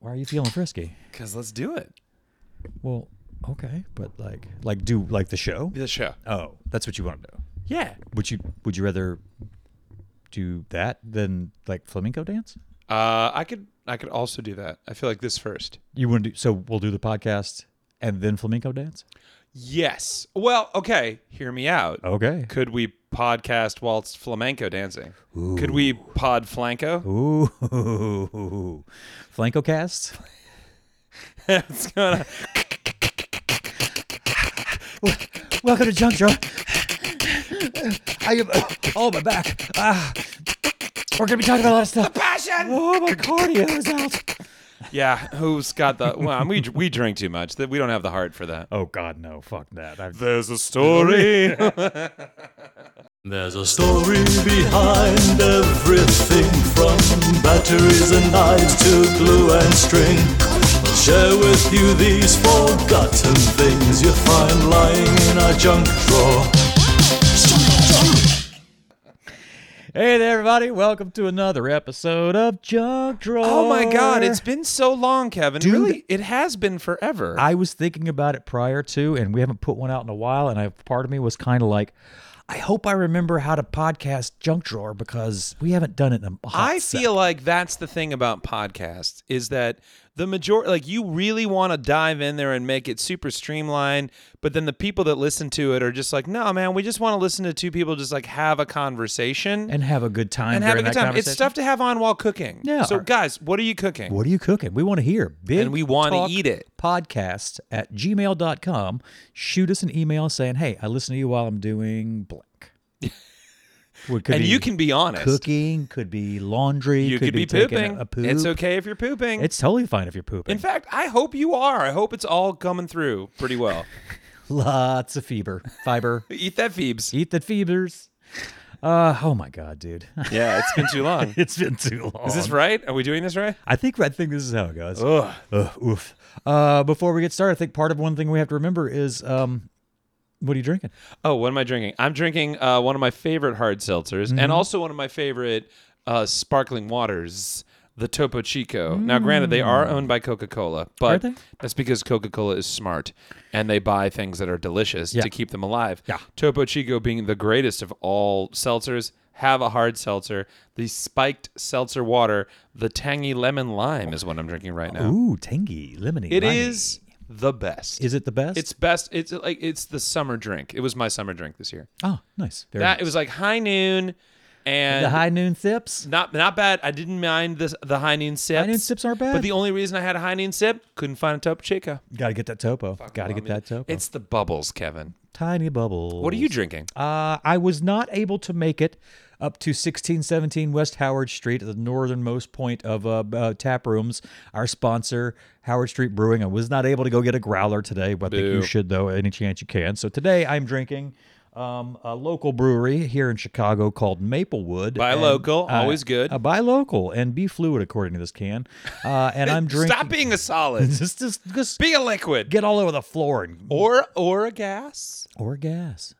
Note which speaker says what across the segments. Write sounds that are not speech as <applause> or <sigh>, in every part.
Speaker 1: Why are you feeling frisky?
Speaker 2: Because let's do it.
Speaker 1: Well, okay, but like, like do like the show?
Speaker 2: The show.
Speaker 1: Oh, that's what you want to do.
Speaker 2: Yeah.
Speaker 1: Would you Would you rather do that than like flamenco dance?
Speaker 2: Uh, I could I could also do that. I feel like this first.
Speaker 1: You want to do so? We'll do the podcast and then flamenco dance.
Speaker 2: Yes. Well, okay. Hear me out.
Speaker 1: Okay.
Speaker 2: Could we podcast whilst flamenco dancing? Could we pod flanco? <laughs>
Speaker 1: Ooh, flamenco cast.
Speaker 2: What's going on?
Speaker 1: <laughs> Welcome to Junk Drawer. I am. Oh, my back. Ah. We're gonna be talking about a lot of stuff.
Speaker 2: Passion.
Speaker 1: Oh, my cardio is out.
Speaker 2: Yeah. Who's got the? Well, we we drink too much. That we don't have the heart for that.
Speaker 1: Oh God, no! Fuck that. I've,
Speaker 2: There's a story.
Speaker 3: There's a story behind everything from batteries and knives to glue and string. I'll share with you these forgotten things you find lying in our junk drawer.
Speaker 1: hey there, everybody. Welcome to another episode of Junk Drawer.
Speaker 2: oh my
Speaker 1: <laughs>
Speaker 2: God! It's been so long, Kevin.
Speaker 1: Dude.
Speaker 2: Really, it has been forever.
Speaker 1: I was thinking about it prior to, and we haven't put one out in a while. And I, part of me was kind of like, I hope I remember how to podcast Junk Drawer because we haven't done it in a hot
Speaker 2: I
Speaker 1: sec.
Speaker 2: feel like that's the thing about podcasts is that the majority, like you really want to dive in there and make it super streamlined, but then the people that listen to it are just like, no, man, we just want to listen to two people just like have a conversation and,
Speaker 1: and have a good time.
Speaker 2: have a
Speaker 1: during
Speaker 2: good
Speaker 1: that
Speaker 2: time. It's
Speaker 1: conversation.
Speaker 2: stuff to have on while cooking.
Speaker 1: Yeah.
Speaker 2: So guys, what are you cooking?
Speaker 1: What are you cooking? We want to hear. Big
Speaker 2: And we wanna
Speaker 1: Talk
Speaker 2: eat it.
Speaker 1: Podcast at gmail.com. Shoot us an email saying, hey, I listen to you while I'm doing
Speaker 2: <laughs>
Speaker 1: blank. Well, it could
Speaker 2: and
Speaker 1: be
Speaker 2: you can be honest.
Speaker 1: cooking, could be laundry,
Speaker 2: you could, be,
Speaker 1: taking
Speaker 2: pooping.
Speaker 1: A, a poop.
Speaker 2: It's okay if you're pooping.
Speaker 1: It's totally fine if you're pooping.
Speaker 2: in fact, I hope you are. I hope it's all coming through pretty <laughs> well.
Speaker 1: Lots of fiber.
Speaker 2: <laughs>
Speaker 1: Fiber.
Speaker 2: Eat that, Phoebes.
Speaker 1: Eat the fibers. Uh, oh my God, dude. <laughs>
Speaker 2: Yeah, it's been too long.
Speaker 1: it's been too long.
Speaker 2: <laughs> Is this right? Are we doing this right?
Speaker 1: I think I think this is how it goes.
Speaker 2: Ugh.
Speaker 1: Ugh, oof. Uh, before we get started, I think part of one thing we have to remember is um, what are you drinking?
Speaker 2: Oh, what am I drinking? I'm drinking uh, one of my favorite hard seltzers
Speaker 1: Mm-hmm.
Speaker 2: and also one of my favorite uh, sparkling waters, the Topo Chico. Now, granted, they are owned by Coca Cola,
Speaker 1: Mm.
Speaker 2: but
Speaker 1: they?
Speaker 2: that's because Coca Cola is smart and they buy things that are delicious
Speaker 1: Yeah.
Speaker 2: to keep them alive.
Speaker 1: Yeah.
Speaker 2: Topo Chico being the greatest of all seltzers. Have a hard seltzer, the spiked seltzer water, the tangy lemon lime is what I'm drinking right now.
Speaker 1: Ooh, tangy, lemony.
Speaker 2: It
Speaker 1: limey.
Speaker 2: is the best.
Speaker 1: Is it the best?
Speaker 2: It's best. It's like it's the summer drink. It was my summer drink this year.
Speaker 1: oh, nice. Very
Speaker 2: That
Speaker 1: nice.
Speaker 2: it was like high noon, and
Speaker 1: the high noon sips.
Speaker 2: not not bad. I didn't mind this the high noon sips.
Speaker 1: High noon sips aren't bad.
Speaker 2: But the only reason I had a high noon sip couldn't find a Topo Chico.
Speaker 1: Got to get that topo. Got to
Speaker 2: I
Speaker 1: get
Speaker 2: mean,
Speaker 1: that topo.
Speaker 2: It's the bubbles, Kevin.
Speaker 1: tiny bubble.
Speaker 2: What are you drinking?
Speaker 1: Uh, I was not able to make it up to 1617 West Howard Street, the northernmost point of uh, b- uh, tap rooms. Our sponsor, Howard Street Brewing. I was not able to go get a growler today, but I think you
Speaker 2: Boo.
Speaker 1: should, though, any chance you can. So today I'm drinking um, a local brewery here in Chicago called Maplewood.
Speaker 2: Buy
Speaker 1: And,
Speaker 2: local,
Speaker 1: uh,
Speaker 2: always good.
Speaker 1: Uh, buy local and be fluid, according to this can. Uh,
Speaker 2: <laughs>
Speaker 1: and I'm drinking.
Speaker 2: Stop being a solid.
Speaker 1: <laughs> Just, just, just
Speaker 2: Be a liquid.
Speaker 1: get all over the floor and,
Speaker 2: or or a gas.
Speaker 1: or gas.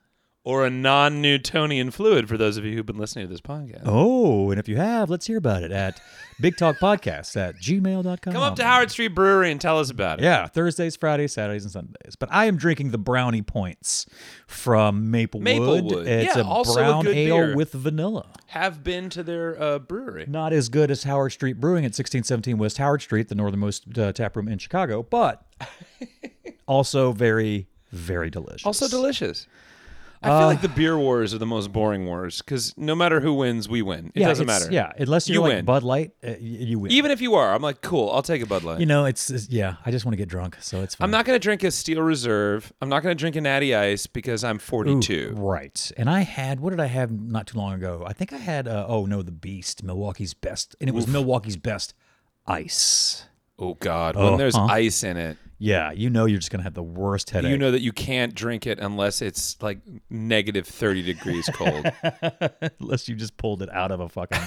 Speaker 2: Or a non-Newtonian fluid for those of you who've been listening to this podcast.
Speaker 1: Oh, and if you have, let's hear about it at Big Talk Podcast at gmail.com.
Speaker 2: Come up to Howard Street Brewery and tell us about it.
Speaker 1: Yeah, Thursdays, Fridays, Saturdays, and Sundays. But I am drinking the brownie points from Maplewood.
Speaker 2: Maplewood.
Speaker 1: It's
Speaker 2: Yeah,
Speaker 1: a
Speaker 2: also a
Speaker 1: brown
Speaker 2: good
Speaker 1: ale
Speaker 2: beer.
Speaker 1: with vanilla.
Speaker 2: Have been to their uh, brewery.
Speaker 1: Not as good as Howard Street Brewing at 1617 West Howard Street, the northernmost uh, tap room in Chicago,
Speaker 2: <laughs>
Speaker 1: but also very, very delicious.
Speaker 2: Also delicious. I feel
Speaker 1: Uh,
Speaker 2: like the beer wars are the most boring wars because no matter who wins, we win. It
Speaker 1: yeah,
Speaker 2: doesn't
Speaker 1: it's-
Speaker 2: matter.
Speaker 1: Yeah, unless you're
Speaker 2: You
Speaker 1: like
Speaker 2: win.
Speaker 1: Bud Light, uh, y- you win.
Speaker 2: Even if you are, I'm like, cool, I'll take a Bud Light.
Speaker 1: you know, it's, it's- yeah, I just want to get drunk, so it's fine.
Speaker 2: I'm not going to drink a Steel Reserve. I'm not going to drink a Natty Ice because I'm 42.
Speaker 1: Right. And I had, what did I have not too long ago? I think I had, uh, oh no, the Beast, Milwaukee's Best. And it was Milwaukee's Best Ice.
Speaker 2: Oh, God.
Speaker 1: Oh,
Speaker 2: when there's
Speaker 1: huh.
Speaker 2: ice in it,
Speaker 1: yeah, you know you're just gonna have the worst headache.
Speaker 2: You know that you can't drink it unless it's like negative
Speaker 1: <laughs>
Speaker 2: 30 degrees cold.
Speaker 1: <laughs> unless you just pulled it out of a fucking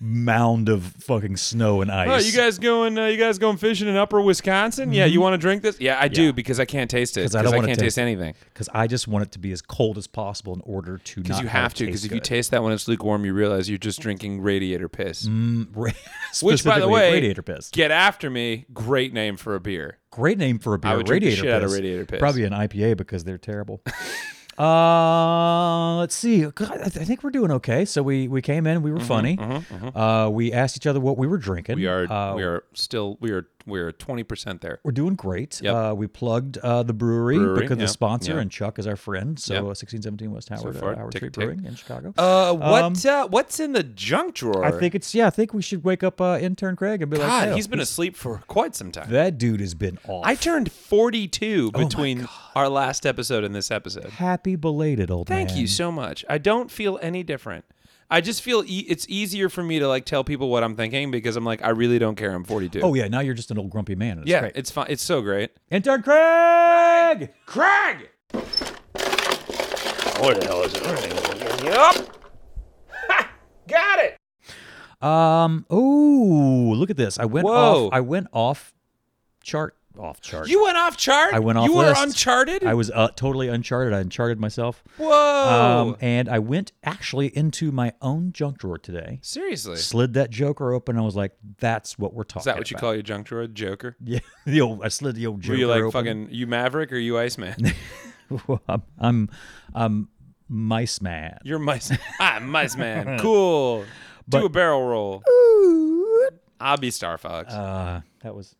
Speaker 1: mound of fucking snow and ice.
Speaker 2: oh, you guys going uh, you guys going fishing in upper Wisconsin? Yeah, you want to drink this? Yeah, I
Speaker 1: Mm-hmm. Yeah.
Speaker 2: do because I can't taste it
Speaker 1: 'Cause
Speaker 2: because
Speaker 1: I
Speaker 2: I,
Speaker 1: don't wanna
Speaker 2: can't
Speaker 1: taste
Speaker 2: taste,
Speaker 1: it.
Speaker 2: anything.
Speaker 1: because I just want it to be as cold as possible in order to not
Speaker 2: Because you have to
Speaker 1: Because
Speaker 2: because if you taste that when it's lukewarm, you realize you're just drinking radiator piss.
Speaker 1: <laughs> which
Speaker 2: Which, by the way,
Speaker 1: radiator piss.
Speaker 2: Get after me. Great name for a beer.
Speaker 1: Great name for a beer.
Speaker 2: I would drink the
Speaker 1: radiator
Speaker 2: shit
Speaker 1: piss.
Speaker 2: out of radiator piss.
Speaker 1: Probably an IPA because they're terrible. <laughs> uh, let's see. God, I, th- I think we're doing okay. So we we came in. We were funny. Uh, we asked each other what we were drinking.
Speaker 2: Mm-hmm, We are
Speaker 1: Uh,
Speaker 2: we are still we are we are twenty percent there.
Speaker 1: we're doing great.
Speaker 2: Yep.
Speaker 1: Uh, we plugged uh, the brewery,
Speaker 2: Brewery,
Speaker 1: because the
Speaker 2: yeah,
Speaker 1: sponsor
Speaker 2: yeah.
Speaker 1: and Chuck is our friend. So
Speaker 2: Yep.
Speaker 1: uh, 1617 West Howard,
Speaker 2: far,
Speaker 1: uh, Howard
Speaker 2: tick,
Speaker 1: Street
Speaker 2: tick.
Speaker 1: Brewing in Chicago.
Speaker 2: Uh, what uh, what's in the junk drawer?
Speaker 1: I think it's yeah. I think we should wake up uh, intern Craig and be like,
Speaker 2: God,
Speaker 1: "Yo,
Speaker 2: he's been asleep for quite some time.
Speaker 1: that dude has been off.
Speaker 2: I turned forty-two between our last episode and this episode.
Speaker 1: happy belated old man.
Speaker 2: Thank you so much. I don't feel any different. I just feel e- it's easier for me to like tell people what I'm thinking because I'm like I really don't care. I'm 42.
Speaker 1: Oh yeah, now you're just an old grumpy man. and It's
Speaker 2: yeah,
Speaker 1: great.
Speaker 2: it's fine. It's so great.
Speaker 1: intern Craig.
Speaker 2: Craig.
Speaker 4: What the hell is it?
Speaker 2: Yup. Got it.
Speaker 1: Um. Oh, look at this. I went
Speaker 2: Whoa.
Speaker 1: off. I went off chart. Off chart.
Speaker 2: You went off chart.
Speaker 1: I went off.
Speaker 2: You
Speaker 1: list.
Speaker 2: were uncharted.
Speaker 1: I was uh, totally uncharted. I uncharted myself.
Speaker 2: Whoa.
Speaker 1: Um, and I went actually into my own junk drawer today.
Speaker 2: Seriously. Is
Speaker 1: Slid that Joker open. I was like, "That's what we're talking."
Speaker 2: that what you
Speaker 1: about.
Speaker 2: call your junk drawer? Joker?
Speaker 1: <laughs> Yeah, the old. I slid the old Joker
Speaker 2: Were you like
Speaker 1: open.
Speaker 2: fucking you Maverick or you Iceman?
Speaker 1: <laughs> I'm, I'm, I'm mice man.
Speaker 2: You're mice. <laughs> I'm mice
Speaker 1: <laughs>
Speaker 2: man. Cool. Do a barrel roll. I'll be Star Fox.
Speaker 1: Uh, that was.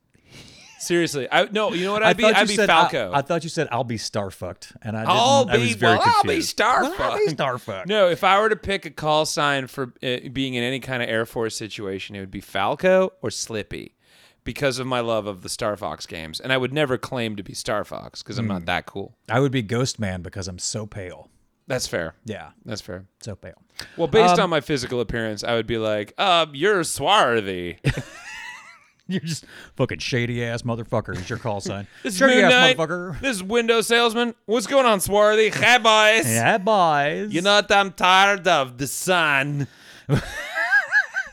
Speaker 2: Seriously, I no. You know what? I'd be.
Speaker 1: thought you
Speaker 2: I'd be
Speaker 1: said
Speaker 2: Falco.
Speaker 1: I, I thought you said I'll be star fucked, and I didn't.
Speaker 2: I'll
Speaker 1: I was
Speaker 2: be.
Speaker 1: very
Speaker 2: Well, I'll be
Speaker 1: confused.
Speaker 2: Star
Speaker 1: Well, I'll be
Speaker 2: Fox.
Speaker 1: star fucked.
Speaker 2: No, if I were to pick a call sign for uh, being in any kind of Air Force situation, it would be Falco or Slippy because of my love of the Star Fox games. And I would never claim to be Star Fox because I'm
Speaker 1: Hmm.
Speaker 2: not that cool.
Speaker 1: I would be Ghost Man because I'm so pale.
Speaker 2: That's fair.
Speaker 1: Yeah,
Speaker 2: That's fair.
Speaker 1: so pale. <laughs>
Speaker 2: Well, based on my physical appearance, I would be like, um,
Speaker 1: <laughs>
Speaker 2: you're swarthy.
Speaker 1: You're just fucking shady ass motherfucker. Is your call sign?
Speaker 2: <laughs> This is
Speaker 1: shady
Speaker 2: Moon
Speaker 1: ass
Speaker 2: Knight.
Speaker 1: motherfucker.
Speaker 2: This is window salesman. What's going on, swarthy? Hi, boys.
Speaker 1: Yeah, boys.
Speaker 2: You know what I'm tired of?
Speaker 1: <laughs>
Speaker 2: The sun.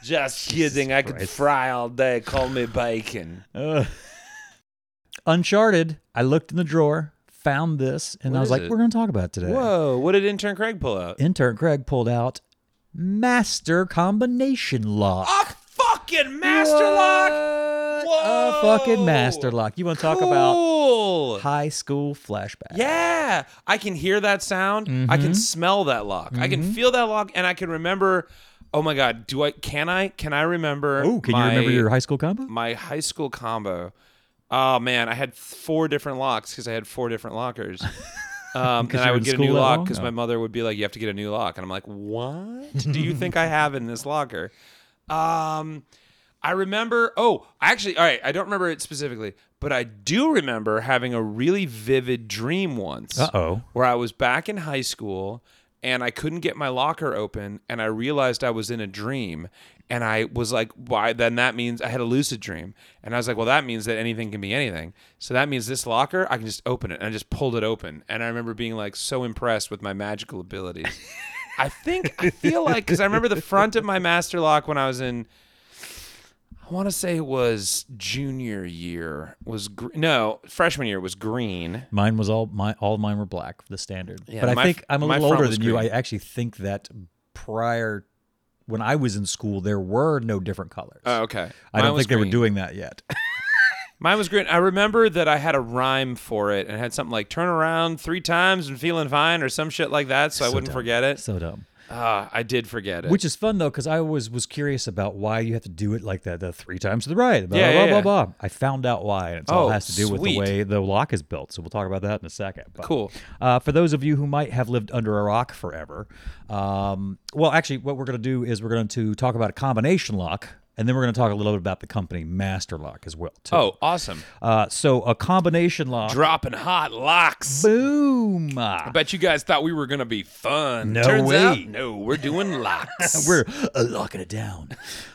Speaker 2: Just kidding. I could
Speaker 1: Christ.
Speaker 2: fry all day. Call me bacon.
Speaker 1: Ugh. Uncharted. I looked in the drawer, found this, and
Speaker 2: What
Speaker 1: I was
Speaker 2: is
Speaker 1: like,
Speaker 2: it?
Speaker 1: "We're going to talk about it today."
Speaker 2: Whoa. What did intern Craig pull out?
Speaker 1: Intern Craig pulled out Master Combination Lock.
Speaker 2: A fucking master lock.
Speaker 1: A fucking master lock. You want to talk about
Speaker 2: cool.
Speaker 1: high school flashbacks?
Speaker 2: Yeah, I can hear that sound. I can smell that lock. I can feel that lock, and I can remember. Oh my god, do I? Can I? Can I remember?
Speaker 1: Oh, can you
Speaker 2: my-
Speaker 1: remember your high school combo?
Speaker 2: my high school combo? Oh man, I had four different locks because I had four different
Speaker 1: <laughs>
Speaker 2: lockers. Um, and
Speaker 1: you
Speaker 2: I
Speaker 1: were
Speaker 2: would
Speaker 1: in
Speaker 2: get a
Speaker 1: school Oh.
Speaker 2: new
Speaker 1: that
Speaker 2: lock
Speaker 1: long?
Speaker 2: because
Speaker 1: No.
Speaker 2: my mother would be like, "You have to get a new lock," and I'm like, "What do you
Speaker 1: <laughs>
Speaker 2: think I have in this locker?" Um, I remember. Oh, actually, all right. I don't remember it specifically, but I do remember having a really vivid dream once.
Speaker 1: Uh-oh.
Speaker 2: Where I was back in high school and I couldn't get my locker open, and I realized I was in a dream, and I was like, "Why?" Then that means I had a lucid dream, and I was like, "Well, that means that anything can be anything." So that means this locker, I can just open it, and I just pulled it open, and I remember being like so impressed with my
Speaker 1: <laughs>
Speaker 2: magical abilities. I think I feel like because I remember the front of my master lock when I was in. I want to say it was junior year was gr- no freshman year was green.
Speaker 1: Mine was all my all of mine were black, the standard.
Speaker 2: Yeah,
Speaker 1: but I
Speaker 2: my-
Speaker 1: think I'm a
Speaker 2: my
Speaker 1: little
Speaker 2: front
Speaker 1: older
Speaker 2: was
Speaker 1: than you. I
Speaker 2: green.
Speaker 1: actually think that prior when I was in school there were no different colors.
Speaker 2: Oh, okay.
Speaker 1: I
Speaker 2: Mine
Speaker 1: don't
Speaker 2: was
Speaker 1: think they were
Speaker 2: green.
Speaker 1: doing that yet.
Speaker 2: Mine was green. I remember that I had a rhyme for it and it had something like "turn around three times and feeling fine" or some shit like that, so, I
Speaker 1: <laughs> So
Speaker 2: wouldn't
Speaker 1: dumb.
Speaker 2: forget it.
Speaker 1: so dumb.
Speaker 2: Ah, I did forget it.
Speaker 1: Which is fun though, because I always was curious about why you have to do it like that, the three times to the right, blah
Speaker 2: Yeah,
Speaker 1: blah
Speaker 2: yeah,
Speaker 1: blah,
Speaker 2: yeah.
Speaker 1: blah blah. I found out why, and it all
Speaker 2: Oh,
Speaker 1: has to do with the
Speaker 2: sweet.
Speaker 1: way the lock is built. So we'll talk about that in a second. But,
Speaker 2: Cool.
Speaker 1: Uh, for those of you who might have lived under a rock forever, um, well, actually, what we're going to do is we're going to talk about a combination lock. And then we're going to talk a little bit about the company Master Lock as well. Too.
Speaker 2: Oh, awesome.
Speaker 1: Uh, so a combination lock.
Speaker 2: Dropping hot locks.
Speaker 1: boom. Ah,
Speaker 2: I bet you guys thought we were going to be fun.
Speaker 1: No
Speaker 2: Turns
Speaker 1: way.
Speaker 2: out, no, we're doing
Speaker 1: <laughs>
Speaker 2: locks.
Speaker 1: We're uh, locking it down.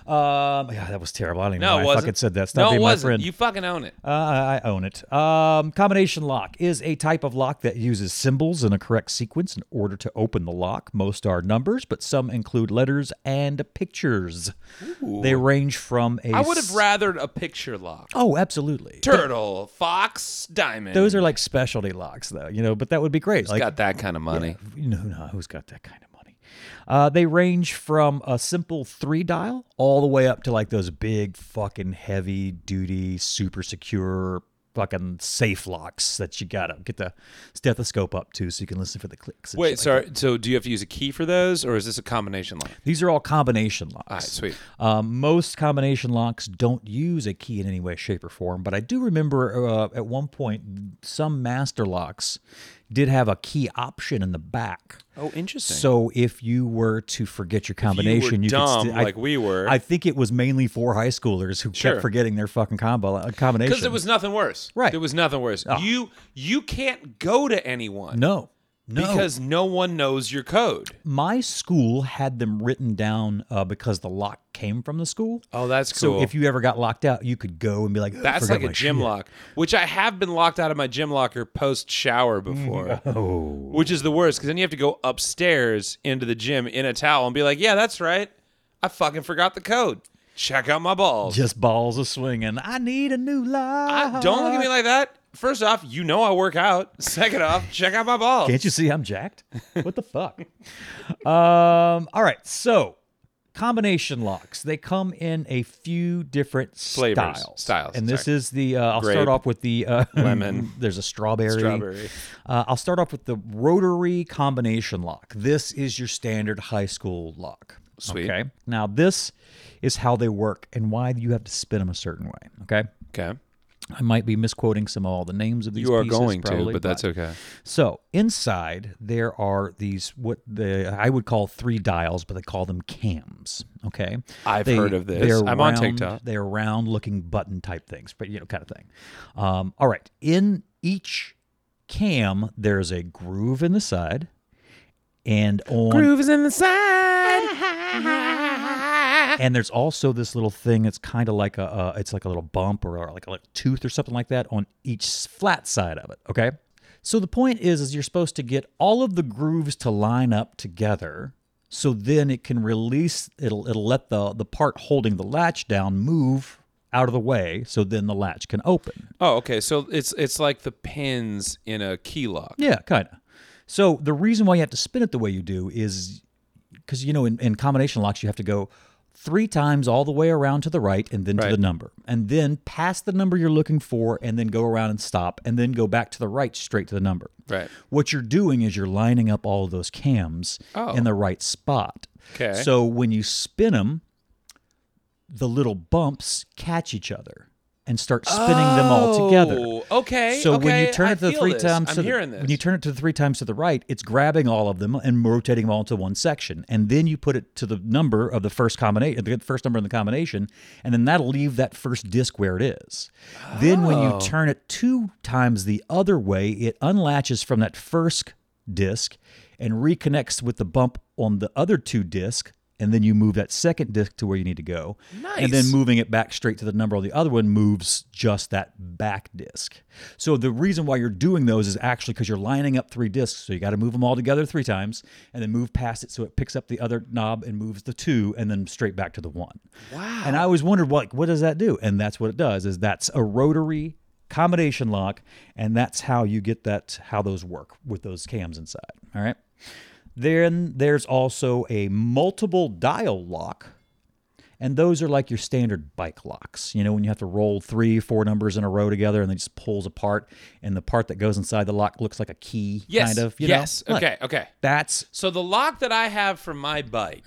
Speaker 1: Um, yeah, that was terrible. I don't even
Speaker 2: no,
Speaker 1: know
Speaker 2: it
Speaker 1: why I
Speaker 2: wasn't.
Speaker 1: fucking said that. Stop
Speaker 2: no, it
Speaker 1: being my
Speaker 2: wasn't.
Speaker 1: friend.
Speaker 2: You fucking own it.
Speaker 1: Uh, I I own it. Um, combination lock is a type of lock that uses symbols in a correct sequence in order to open the lock. Most are numbers, but some include letters and pictures. They range from a.
Speaker 2: I would have
Speaker 1: s-
Speaker 2: rathered a picture lock.
Speaker 1: Oh, absolutely.
Speaker 2: Turtle, fox, diamond.
Speaker 1: Those are like specialty locks, though, you know, but that would be great. Like,
Speaker 2: got that kind of money.
Speaker 1: no, no, who's got that kind of money? Uh, they range from a simple three dial all the way up to like those big fucking heavy duty, super secure fucking safe locks that you gotta get the stethoscope up to so you can listen for the clicks. and
Speaker 2: Wait,
Speaker 1: shit like
Speaker 2: sorry. So, do you have to use a key for those, or is this a combination lock?
Speaker 1: that. These are all combination locks.
Speaker 2: All right, sweet.
Speaker 1: Um, most combination locks don't use a key in any way, shape, or form, but I do remember uh, at one point some master locks did have a key option in the back.
Speaker 2: Oh, interesting.
Speaker 1: So if you were to forget your combination, you,
Speaker 2: dumb
Speaker 1: could sti-
Speaker 2: like we were.
Speaker 1: I think it was mainly for high schoolers who
Speaker 2: Sure.
Speaker 1: kept forgetting their fucking combo uh, combination.
Speaker 2: because there was nothing worse.
Speaker 1: Right. Ah.
Speaker 2: There was nothing worse. You you can't go to anyone
Speaker 1: no, no.
Speaker 2: because no one knows your code.
Speaker 1: my school had them written down uh, because the lock came from the school.
Speaker 2: Oh, that's
Speaker 1: So if you ever got locked out, you could go and be like, "Oh, I
Speaker 2: that's
Speaker 1: forgot
Speaker 2: like a
Speaker 1: my
Speaker 2: gym
Speaker 1: shit."
Speaker 2: lock, which I have been locked out of my gym locker post
Speaker 1: Mm, <laughs>
Speaker 2: shower before,
Speaker 1: oh.
Speaker 2: which is the worst because then you have to go upstairs into the gym in a towel and be like, "Yeah, that's right, I fucking forgot the code. Check out my balls."
Speaker 1: Just balls of swinging. I need a new lock.
Speaker 2: I, don't look at me like that. First off, you know I work out. Second off, check out my balls.
Speaker 1: Can't you see I'm jacked? What the fuck? <laughs> um, all right, so combination locks. They come in a few different
Speaker 2: Flavors.
Speaker 1: styles.
Speaker 2: Styles,
Speaker 1: And this
Speaker 2: sorry.
Speaker 1: is the. Uh, I'll start
Speaker 2: Grape.
Speaker 1: off with the uh, <laughs>
Speaker 2: Lemon.
Speaker 1: There's a strawberry.
Speaker 2: Strawberry.
Speaker 1: Uh, I'll start off with the rotary combination lock. This is your standard high school lock.
Speaker 2: Sweet.
Speaker 1: Okay. Now this is how they work and why you have to spin them a certain way. Okay.
Speaker 2: Okay,
Speaker 1: I might be misquoting some of all the names of these.
Speaker 2: you are
Speaker 1: pieces,
Speaker 2: going to,
Speaker 1: probably,
Speaker 2: but that's okay.
Speaker 1: so inside there are these what the I would call three dials, but they call them cams. Okay,
Speaker 2: I've heard of this.
Speaker 1: they're
Speaker 2: I'm on
Speaker 1: round-
Speaker 2: TikTok.
Speaker 1: They're round-looking button type things, but you know, kind of thing. Um, all right, in each cam there's a groove in the side, and on
Speaker 2: is in the side.
Speaker 1: and there's also this little thing that's kind of like a uh, it's like a little bump or, or like a little tooth or something like that on each s- flat side of it okay so the point is is you're supposed to get all of the grooves to line up together so then it can release it'll it'll let the the part holding the latch down move out of the way so then the latch can open
Speaker 2: Oh, okay. So it's it's like the pins in a key lock.
Speaker 1: Yeah, kind of. So the reason why you have to spin it the way you do is because you know in, in combination locks you have to go three times all the way around to the right and then to
Speaker 2: Right.
Speaker 1: the number and then past the number you're looking for and then go around and stop and then go back to the right straight to the number.
Speaker 2: Right.
Speaker 1: What you're doing is you're lining up all of those cams
Speaker 2: Oh.
Speaker 1: in the right spot.
Speaker 2: 'Kay.
Speaker 1: So when you spin them, the little bumps catch each other and start spinning them all together.
Speaker 2: Oh, okay,
Speaker 1: So when
Speaker 2: okay,
Speaker 1: you turn
Speaker 2: I
Speaker 1: it to the
Speaker 2: feel
Speaker 1: three
Speaker 2: this.
Speaker 1: times,
Speaker 2: I'm
Speaker 1: to the-
Speaker 2: hearing this.
Speaker 1: when you turn it to the three times to the right, it's grabbing all of them and rotating them all into one section, and then you put it to the number of the first combination, the first number in the combination, and then that'll leave that first disc where it is. Then when
Speaker 2: Oh.
Speaker 1: you turn it two times the other way, it unlatches from that first disc and reconnects with the bump on the other two disc. And then you move that second disc to where you need to go. And then
Speaker 2: Nice.
Speaker 1: moving it back straight to the number on the other one moves just that back disc. So the reason why you're doing those is actually because you're lining up three discs. So you got to move them all together three times and then move past it so it picks up the other knob and moves the two and then straight back to the one. Wow. And I always wondered, like, what does that do? And that's what it does is that's a rotary combination lock and that's how you get that how those work with those cams inside. All right. Then there's also a multiple dial lock and those are like your standard bike locks. You know, when you have to roll three, four numbers in a row together and then just pulls apart, and the part that goes inside the lock looks like a key,
Speaker 2: yes,
Speaker 1: kind of. You
Speaker 2: yes,
Speaker 1: Know? Look,
Speaker 2: okay, okay.
Speaker 1: That's Mm-hmm.
Speaker 2: So the lock that I have for my bike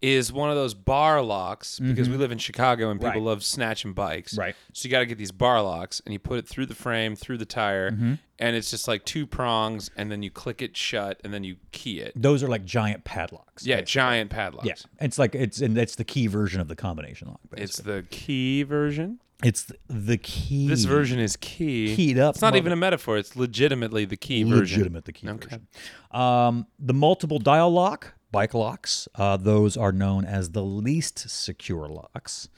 Speaker 2: is one of those bar locks because we live in Chicago and people
Speaker 1: Right.
Speaker 2: love snatching bikes.
Speaker 1: Right.
Speaker 2: So you got to get these bar locks and you put it through the frame, through the tire,
Speaker 1: Mm-hmm.
Speaker 2: and it's just like two prongs and then you click it shut and then you key it.
Speaker 1: Those are like giant padlocks.
Speaker 2: Yeah, giant padlocks.
Speaker 1: Yeah. It's like it's and that's the key version of the combination lock. basically.
Speaker 2: It's the key version.
Speaker 1: It's th- the key.
Speaker 2: This version is key.
Speaker 1: Keyed up
Speaker 2: It's not
Speaker 1: mother-
Speaker 2: even a metaphor. It's legitimately the key version.
Speaker 1: legitimate the key version. Um, the multiple dial lock bike locks. Uh, those are known as the least secure locks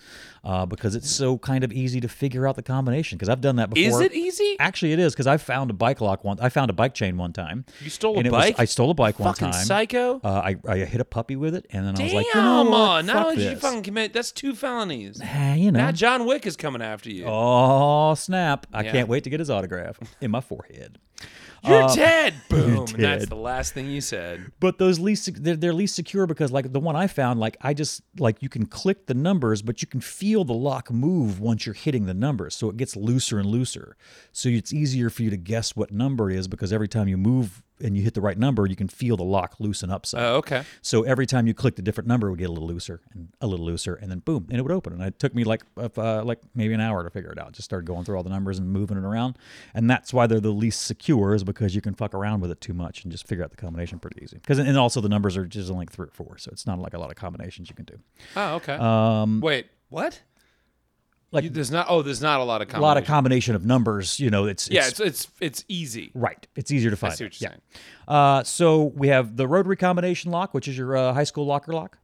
Speaker 1: uh, because it's so kind of easy to figure out the combination. Because I've done that
Speaker 2: Is
Speaker 1: before.
Speaker 2: it e-? easy?
Speaker 1: Actually, it is because I found a bike lock one. I found a bike chain one time.
Speaker 2: You stole a
Speaker 1: and it was-
Speaker 2: bike?
Speaker 1: I stole a bike one
Speaker 2: Fucking
Speaker 1: time.
Speaker 2: psycho.
Speaker 1: Uh, I, I hit a puppy with it, and then I was
Speaker 2: Damn,
Speaker 1: like, you know
Speaker 2: uh,
Speaker 1: what?
Speaker 2: not
Speaker 1: Fuck
Speaker 2: only did you
Speaker 1: this.
Speaker 2: fucking commit, that's two felonies.
Speaker 1: Eh, you know.
Speaker 2: Now John Wick is coming after you.
Speaker 1: Oh snap! I
Speaker 2: Yeah.
Speaker 1: can't wait to get his autograph in my forehead.
Speaker 2: You're
Speaker 1: <laughs>
Speaker 2: dead. Boom. And that's
Speaker 1: uh, dead.
Speaker 2: the last thing you said.
Speaker 1: but those least sec- they're, they're least secure because like the one i found like i just like you can click the numbers but you can feel the lock move once you're hitting the numbers so it gets looser and looser so it's easier for you to guess what number it is because every time you move and you hit the right number you can feel the lock loosen up some
Speaker 2: Oh, okay.
Speaker 1: so every time you clicked a different number it would get a little looser and a little looser and then boom and it would open and it took me like uh, like maybe an hour to figure it out just started going through all the numbers and moving it around and that's why they're the least secure is because you can fuck around with it too much and just figure out the combination pretty easy because and also the numbers are just only like three or four so it's not like a lot of combinations you can do
Speaker 2: Oh, okay. Um, Wait, what?
Speaker 1: like-
Speaker 2: You- there's not. Oh, there's not a lot of
Speaker 1: a lot of
Speaker 2: combinations.
Speaker 1: combination of numbers you know it's,
Speaker 2: Yeah, it's it's it's easy.
Speaker 1: Right. It's easier to find.
Speaker 2: see
Speaker 1: out.
Speaker 2: what you're saying.
Speaker 1: Uh, so we have the rotary combination lock, which is your uh, high school locker lock.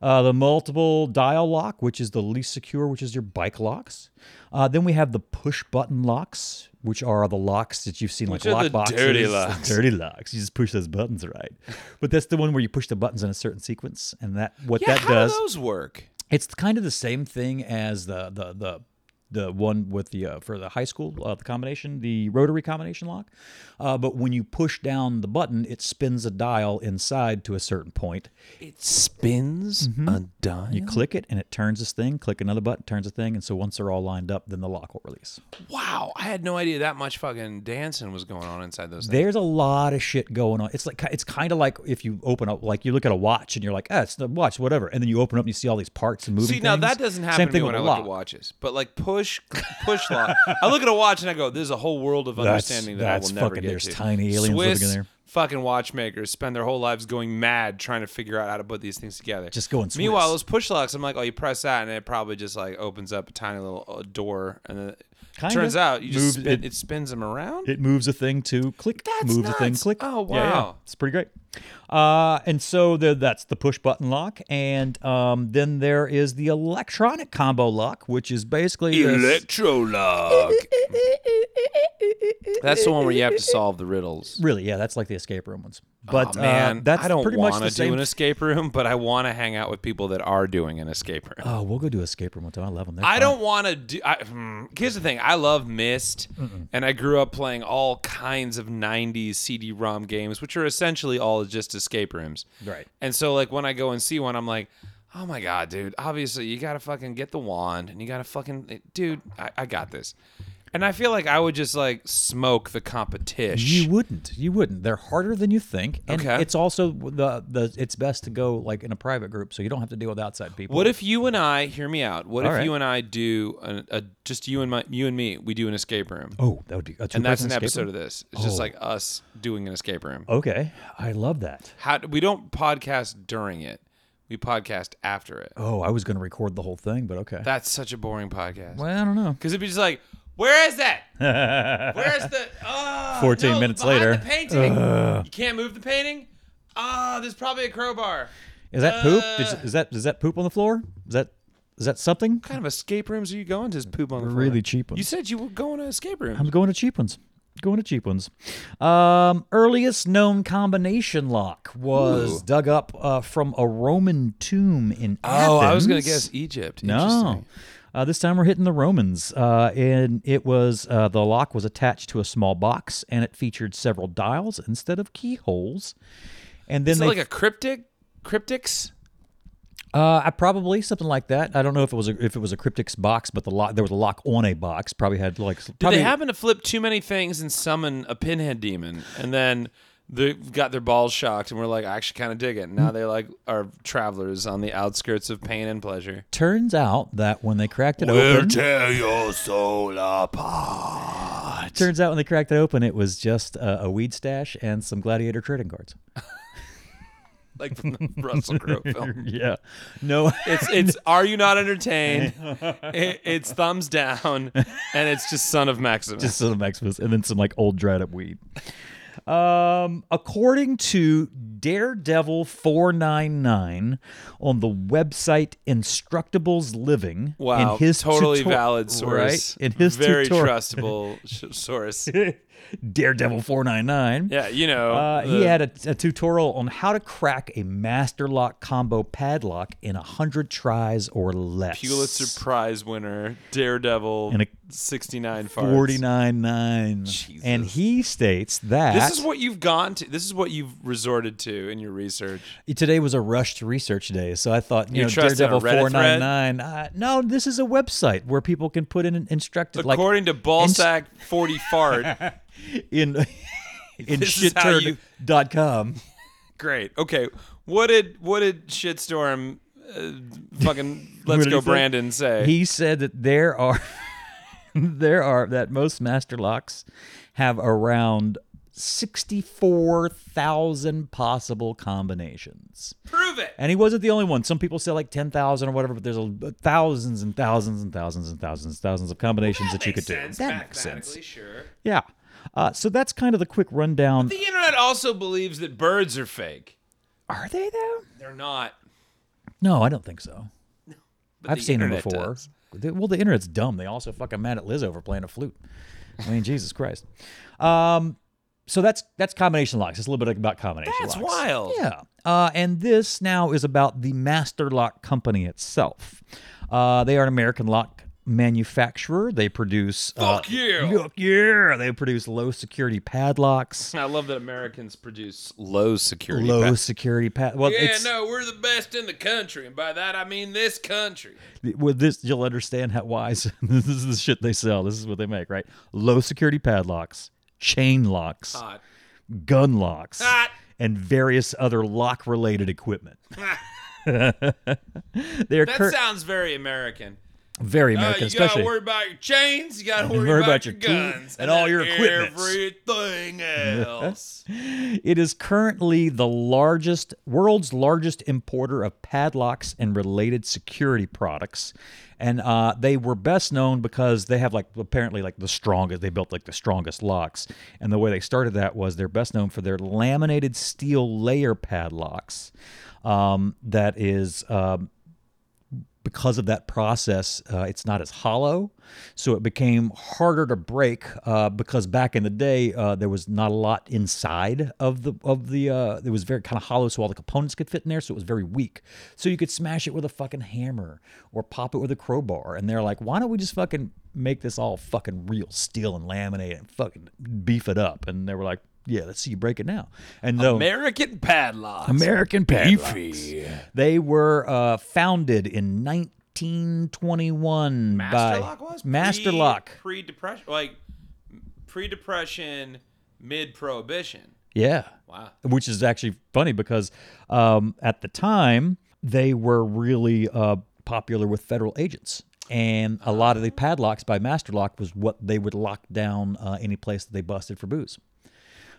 Speaker 1: Uh, the multiple dial lock, which is the least secure, which is your bike locks. Uh, then we have the push button locks, which are the locks that you've seen, like
Speaker 2: Which are
Speaker 1: lock
Speaker 2: the
Speaker 1: boxes.
Speaker 2: dirty locks.
Speaker 1: Dirty locks. You just push those buttons, right? But that's the one where you push the buttons in a certain sequence, and that what
Speaker 2: Yeah,
Speaker 1: that
Speaker 2: how
Speaker 1: does
Speaker 2: do those work?
Speaker 1: it's kind of the same thing as the the the the one with the uh, for the high school uh, the combination the rotary combination lock uh, but when you push down the button it spins a dial inside to a certain point
Speaker 2: It spins a dime.
Speaker 1: Mm-hmm. you click it and it turns this thing click another button turns a thing and so once they're all lined up then the lock will release
Speaker 2: Wow, I had no idea that much fucking dancing was going on inside those things.
Speaker 1: there's a lot of shit going on it's like it's kind of like if you open up like you look at a watch and you're like ah it's the watch whatever and then you open up and you see all these parts and moving
Speaker 2: See, now
Speaker 1: things.
Speaker 2: that doesn't happen
Speaker 1: same
Speaker 2: to
Speaker 1: thing
Speaker 2: me
Speaker 1: with
Speaker 2: when
Speaker 1: a
Speaker 2: I look
Speaker 1: lock
Speaker 2: at watches, but like push
Speaker 1: <laughs>
Speaker 2: push lock. I look at a watch and I go, "There's a whole world of
Speaker 1: That's-
Speaker 2: understanding
Speaker 1: that's
Speaker 2: that I will never
Speaker 1: fucking-
Speaker 2: get
Speaker 1: there's
Speaker 2: to."
Speaker 1: tiny aliens living in
Speaker 2: Swiss
Speaker 1: there.
Speaker 2: Fucking watchmakers spend their whole lives going mad trying to figure out how to put these things together.
Speaker 1: Just going Swiss.
Speaker 2: Meanwhile, those push locks, I'm like, "Oh, you press that, and it probably just like opens up a tiny little uh, door." And then
Speaker 1: Kinda.
Speaker 2: turns out you
Speaker 1: Moves-
Speaker 2: just spin,
Speaker 1: it-
Speaker 2: it, spins them around.
Speaker 1: It moves a thing to click.
Speaker 2: That's
Speaker 1: moves a thing
Speaker 2: nuts.
Speaker 1: click.
Speaker 2: Oh,
Speaker 1: Yeah, yeah.
Speaker 2: wow.
Speaker 1: It's pretty great. Uh, and so the, that's the push button lock, and um, then there is the electronic combo lock, which is basically this-
Speaker 2: Electrolock. That's the one where you have to solve the riddles.
Speaker 1: really yeah, that's like the escape room ones. But
Speaker 2: Aw, Oh, man,
Speaker 1: uh, that's
Speaker 2: I don't
Speaker 1: pretty much
Speaker 2: wanna
Speaker 1: the same.
Speaker 2: do an escape room, but I want to hang out with people that are doing an escape room.
Speaker 1: oh, we'll go do escape room one time. I love them. They're
Speaker 2: I
Speaker 1: fun.
Speaker 2: don't want to do. I, hmm, here's the thing: I love Myst, and I grew up playing all kinds of '90s CD-ROM games, which are essentially all just escape rooms.
Speaker 1: Right.
Speaker 2: And so, like, when I go and see one, I'm like, "Oh my god, dude! Obviously, you gotta fucking get the wand, and you gotta fucking, dude, I, I got this." And I feel like I would just like smoke the competition.
Speaker 1: You wouldn't. You wouldn't. They're harder than you think, and
Speaker 2: Okay.
Speaker 1: it's also the the. It's best to go like in a private group, so you don't have to deal with outside people.
Speaker 2: What if you and I hear me out? What
Speaker 1: All
Speaker 2: if
Speaker 1: right.
Speaker 2: you and I do a, a just you and my you and me? We do an escape room,
Speaker 1: Oh, that would be.
Speaker 2: and that's an episode of this. It's
Speaker 1: Oh.
Speaker 2: just like us doing an escape room.
Speaker 1: Okay, I love that.
Speaker 2: How we don't podcast during it; we podcast after it.
Speaker 1: Oh, I was going to record the whole thing, but okay.
Speaker 2: That's such a boring podcast.
Speaker 1: well, I don't know.
Speaker 2: Because it'd be just like, where
Speaker 1: <laughs>
Speaker 2: is that? Where's the? Oh,
Speaker 1: 14
Speaker 2: no,
Speaker 1: minutes
Speaker 2: behind
Speaker 1: later.
Speaker 2: the painting. You can't move the painting. Ah, there's probably a crowbar.
Speaker 1: Is that poop? Is, is that is that poop on the floor? Is that is that something?
Speaker 2: What Uh. kind of escape rooms are you going to? Just poop on the floor.
Speaker 1: Really cheap ones.
Speaker 2: You said you were going to escape rooms.
Speaker 1: I'm going to cheap ones. Going to cheap ones. Um, earliest known combination lock was dug up uh, from a Roman tomb in Athens.
Speaker 2: Oh, I was gonna guess Egypt.
Speaker 1: No.
Speaker 2: Interesting.
Speaker 1: Uh, this time we're hitting the Romans, uh, and it was uh, the lock was attached to a small box, and it featured several dials instead of keyholes. And then
Speaker 2: Is it
Speaker 1: they
Speaker 2: like a cryptic? Cryptics?
Speaker 1: Uh, I probably something like that. I don't know if it was a, if it was a cryptics box, but the lock there was a lock on a box. Probably had like
Speaker 2: Did
Speaker 1: probably,
Speaker 2: they happen to flip too many things and summon a pinhead demon, and then they've got their balls shocked and we're like, I actually kind of dig it. Now they like are travelers on the outskirts of pain and pleasure.
Speaker 1: Turns out that when they cracked it open,
Speaker 3: tear your soul apart.
Speaker 1: turns out when they cracked it open, it was just a, a weed stash and some gladiator trading
Speaker 2: <laughs>
Speaker 1: cards.
Speaker 2: Like from the <laughs> Russell
Speaker 1: <laughs>
Speaker 2: Crowe film.
Speaker 1: yeah, no, <laughs>
Speaker 2: It's it's are you not entertained? It, it's thumbs down, and it's just son of Maximus.
Speaker 1: just some Xmas and then some like old dried up weed. Um, according to Daredevil 499 on the website Instructables Living,
Speaker 2: wow,
Speaker 1: in his
Speaker 2: totally
Speaker 1: tuto-
Speaker 2: valid source,
Speaker 1: right? In his
Speaker 2: very
Speaker 1: tutorial, <laughs>
Speaker 2: trustable sh- source.
Speaker 1: Daredevil 499,
Speaker 2: Yeah, you know,
Speaker 1: uh, he
Speaker 2: the-
Speaker 1: had a, a tutorial on how to crack a master lock combo padlock in a hundred tries or less.
Speaker 2: Pulitzer Prize winner, Daredevil,
Speaker 1: And a
Speaker 2: 69 farts.
Speaker 1: 49.9. And
Speaker 2: Jesus.
Speaker 1: he states that
Speaker 2: This is what you've gone to. This is what you've resorted to in your research.
Speaker 1: Today was a rushed research day, so I thought, you
Speaker 2: You
Speaker 1: know,
Speaker 2: trust in a
Speaker 1: Daredevil
Speaker 2: Reddit
Speaker 1: four nine nine. Uh, no, this is a website where people can put in an instructed, like
Speaker 2: According to Ballsack
Speaker 1: <laughs>
Speaker 2: 40 Fart.
Speaker 1: in <laughs> in
Speaker 2: This is how you-
Speaker 1: shitturd.com.
Speaker 2: Great. Okay. What did what did Shitstorm uh,
Speaker 1: <laughs>
Speaker 2: fucking
Speaker 1: What
Speaker 2: Let's
Speaker 1: did
Speaker 2: Go
Speaker 1: he say?
Speaker 2: Brandon say?
Speaker 1: He said that there are <laughs> there are that most master locks have around sixty four thousand possible combinations.
Speaker 2: Prove it.
Speaker 1: And he wasn't the only one. Some people say like 10,000 or whatever, but there's a, uh, thousands and thousands and thousands and thousands and thousands of combinations that, you could do. That makes sense.
Speaker 2: Sure.
Speaker 1: Yeah. Uh, so that's kind of the quick rundown.
Speaker 2: The internet also believes that birds are fake.
Speaker 1: Are they though?
Speaker 2: They're not.
Speaker 1: No, I don't think so.
Speaker 2: But
Speaker 1: I've
Speaker 2: the
Speaker 1: seen them
Speaker 2: internet
Speaker 1: before.
Speaker 2: does.
Speaker 1: They- well, the internet's dumb. They also fucking mad at Lizzo for playing a flute. I mean, Jesus Christ. Um, so that's that's combination locks. It's a little bit about combination
Speaker 2: That's
Speaker 1: locks.
Speaker 2: wild.
Speaker 1: Yeah. Uh, and this now is about the Master Lock Company itself. Uh, they are an American lock manufacturer. They produce. uh,
Speaker 2: Fuck you.
Speaker 1: Fuck yeah. They produce low security padlocks.
Speaker 2: I love that Americans produce low security.
Speaker 1: Low
Speaker 2: pa-
Speaker 1: security pad. Well,
Speaker 2: yeah,
Speaker 1: it's,
Speaker 2: no, we're the best in the country, and by that I mean this country.
Speaker 1: with this you'll understand how wise <laughs> this is the shit they sell this is what they make right low security padlocks chain locks
Speaker 2: Hot.
Speaker 1: gun locks
Speaker 2: Hot.
Speaker 1: and various other lock related equipment <laughs> they're
Speaker 2: Ah. That
Speaker 1: cur-
Speaker 2: sounds very American.
Speaker 1: very
Speaker 2: Uh,
Speaker 1: american
Speaker 2: you
Speaker 1: especially
Speaker 2: gotta worry about your chains. You gotta worry,
Speaker 1: worry
Speaker 2: about,
Speaker 1: about
Speaker 2: your
Speaker 1: your tools
Speaker 2: guns
Speaker 1: and all your
Speaker 2: then
Speaker 1: equipments.
Speaker 2: Everything else.
Speaker 1: it is currently the largest world's largest importer of padlocks and related security products and uh, they were best known because they have like apparently like the strongest they built like the strongest locks and the way they started that was they're best known for their laminated steel layer padlocks um, that is um, because of that process, uh, it's not as hollow. So it became harder to break uh, because back in the day, uh, there was not a lot inside of the of the. Uh, it was very kind of hollow, so all the components could fit in there. So it was very weak. So you could smash it with a fucking hammer or pop it with a crowbar. And they're like, why don't we just fucking make this all fucking real steel and laminate it and fucking beef it up? And they were like, yeah, let's see you break it now. And no,
Speaker 2: <laughs> American padlocks.
Speaker 1: American padlocks. They were uh, founded in 1921 by
Speaker 2: Master Lock was
Speaker 1: Master
Speaker 2: pre,
Speaker 1: Lock.
Speaker 2: pre depression like pre depression mid prohibition.
Speaker 1: Yeah.
Speaker 2: Wow.
Speaker 1: Which is actually funny because um, at the time they were really uh, popular with federal agents. And a lot of the
Speaker 2: Uh-huh.
Speaker 1: padlocks by Master Lock was what they would lock down uh, any place that they busted for booze.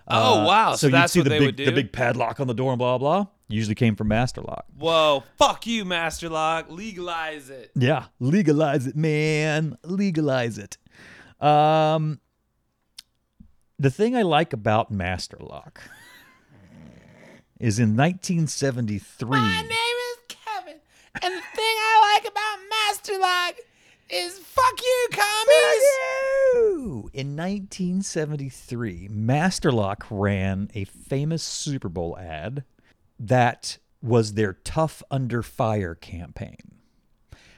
Speaker 2: oh
Speaker 1: Uh,
Speaker 2: wow!
Speaker 1: so
Speaker 2: So,
Speaker 1: you'd
Speaker 2: that's
Speaker 1: see
Speaker 2: what
Speaker 1: the
Speaker 2: they
Speaker 1: big
Speaker 2: would do.
Speaker 1: the big padlock on the door and blah blah. blah. Usually came from Master Lock.
Speaker 2: Whoa! Fuck you, Master Lock. Legalize it.
Speaker 1: Yeah, legalize it, man. Legalize it. Um, the thing I like about Master Lock is in 1973.
Speaker 2: is Kevin, and the thing I like about Master Lock is fuck you, commies.
Speaker 1: In 1973, Master Lock ran a famous Super Bowl ad that was their Tough Under Fire campaign.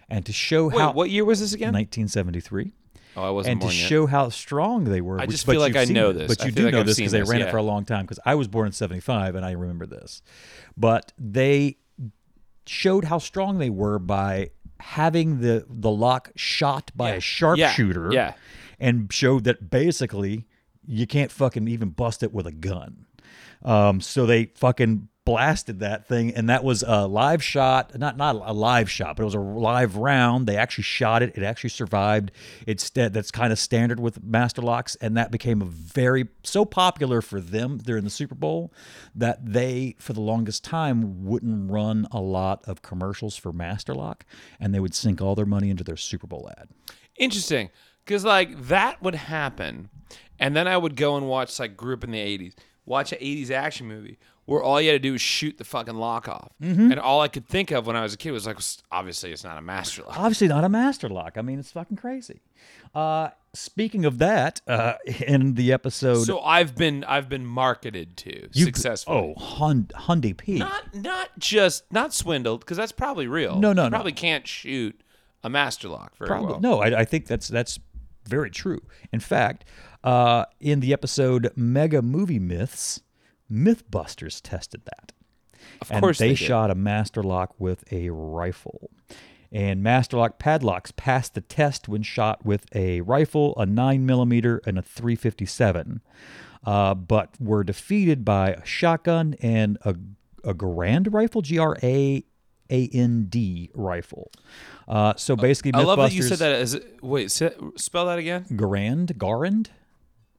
Speaker 1: And to show how.
Speaker 2: Wait, what year was this again?
Speaker 1: 1973.
Speaker 2: Oh, I wasn't
Speaker 1: and to
Speaker 2: born yet.
Speaker 1: show how strong they were.
Speaker 2: I
Speaker 1: which-
Speaker 2: just
Speaker 1: but
Speaker 2: feel like
Speaker 1: you've
Speaker 2: I
Speaker 1: seen
Speaker 2: know
Speaker 1: it,
Speaker 2: this.
Speaker 1: but
Speaker 2: I
Speaker 1: you
Speaker 2: feel
Speaker 1: do
Speaker 2: like
Speaker 1: know
Speaker 2: I've
Speaker 1: this
Speaker 2: seen
Speaker 1: because they
Speaker 2: this,
Speaker 1: ran it
Speaker 2: yeah.
Speaker 1: for a long time. Because I was born in '75 and I remember this, but they showed how strong they were by having the the lock shot by a sharpshooter,
Speaker 2: yeah.
Speaker 1: and showed that basically you can't fucking even bust it with a gun. Um, so they fucking blasted that thing, and that was a live shot. Not not a live shot, but it was a live round. They actually shot it. It actually survived. It's st- that's kind of standard with master locks, and that became a very so popular for them during the Super Bowl that they for the longest time wouldn't run a lot of commercials for master lock, and they would sink all their money into their Super Bowl ad.
Speaker 2: Interesting, because like that would happen, and then I would go and watch like grew up in the '80s, watch an '80s action movie where all you had to do was shoot the fucking lock off,
Speaker 1: Mm-hmm.
Speaker 2: and all I could think of when I was a kid was like, "S- obviously it's not a master lock.
Speaker 1: obviously not a master lock. I mean, it's fucking crazy. Uh, speaking of that, uh, <laughs> in the episode,
Speaker 2: So I've been I've been marketed to
Speaker 1: you-
Speaker 2: successfully.
Speaker 1: Oh, Hun, Hyundai P.
Speaker 2: not not just not swindled because that's probably real.
Speaker 1: No, no,
Speaker 2: You
Speaker 1: no.
Speaker 2: Probably can't shoot a master lock very
Speaker 1: Probably-
Speaker 2: well.
Speaker 1: No, I, I think that's that's very true. In fact, uh, in the episode Mega Movie Myths, MythBusters tested that.
Speaker 2: of
Speaker 1: and
Speaker 2: course
Speaker 1: they,
Speaker 2: they did.
Speaker 1: shot a master lock with a rifle. And master lock padlocks passed the test when shot with a rifle, a 9mm, and a 357, uh, but were defeated by a shotgun and a, a Grand rifle, G R A A N D rifle. Uh, so basically,
Speaker 2: I
Speaker 1: Mythbusters,
Speaker 2: love that you said that as wait say, spell that again.
Speaker 1: Grand, Garand,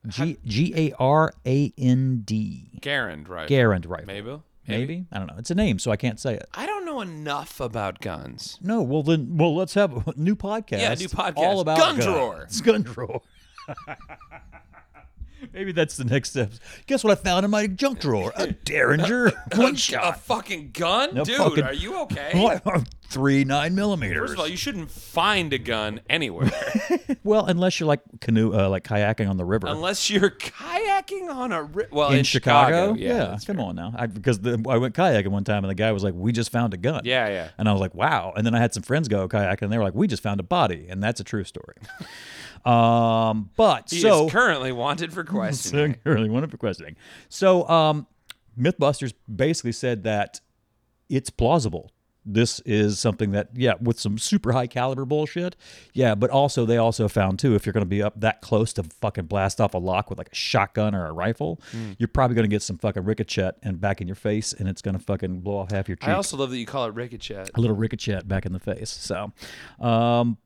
Speaker 1: G G A R A N D,
Speaker 2: Garand, right?
Speaker 1: Garand rifle.
Speaker 2: Maybe.
Speaker 1: Maybe? I don't know. It's a name, so I can't say it.
Speaker 2: I don't know enough about guns.
Speaker 1: No, well then, well let's have a new podcast.
Speaker 2: Yeah, new podcast.
Speaker 1: All about
Speaker 2: Gun
Speaker 1: guns.
Speaker 2: drawer.
Speaker 1: It's gun drawer. <laughs> Maybe that's the next step. Guess what I found in my junk drawer?
Speaker 2: <laughs>
Speaker 1: A Derringer one
Speaker 2: A
Speaker 1: shot.
Speaker 2: fucking gun,
Speaker 1: No
Speaker 2: dude.
Speaker 1: fucking-
Speaker 2: Are you
Speaker 1: <laughs>
Speaker 2: okay?
Speaker 1: Three nine millimeters.
Speaker 2: eh? First of all, you shouldn't find a gun anywhere
Speaker 1: <laughs> well, unless you're like canoe, uh, like kayaking on the river
Speaker 2: unless you're kayaking on a ri- well
Speaker 1: in,
Speaker 2: in,
Speaker 1: Chicago.
Speaker 2: Yeah, that's
Speaker 1: come on now. I, because the, I went kayaking one time, and the guy was like, "We just found a gun."
Speaker 2: Yeah, yeah.
Speaker 1: And I was like, "Wow!" And then I had some friends go kayaking, and they were like, "We just found a body," and that's a true story. <laughs> um, but
Speaker 2: He
Speaker 1: so
Speaker 2: is currently
Speaker 1: <laughs>
Speaker 2: wanted for questioning.
Speaker 1: So, really wonderful questioning. So, um, MythBusters basically said that it's plausible. This is something that, yeah, with some super high caliber bullshit, yeah. But also, they also found too, if you're going to be up that close to fucking blast off a lock with like a shotgun or a ricochet,
Speaker 2: Hmm.
Speaker 1: you're probably going to get some fucking ricochet and back in your face, and it's going to fucking blow off half your cheek.
Speaker 2: I also love that you call it ricochet.
Speaker 1: a little ricochet back in the face. So, um.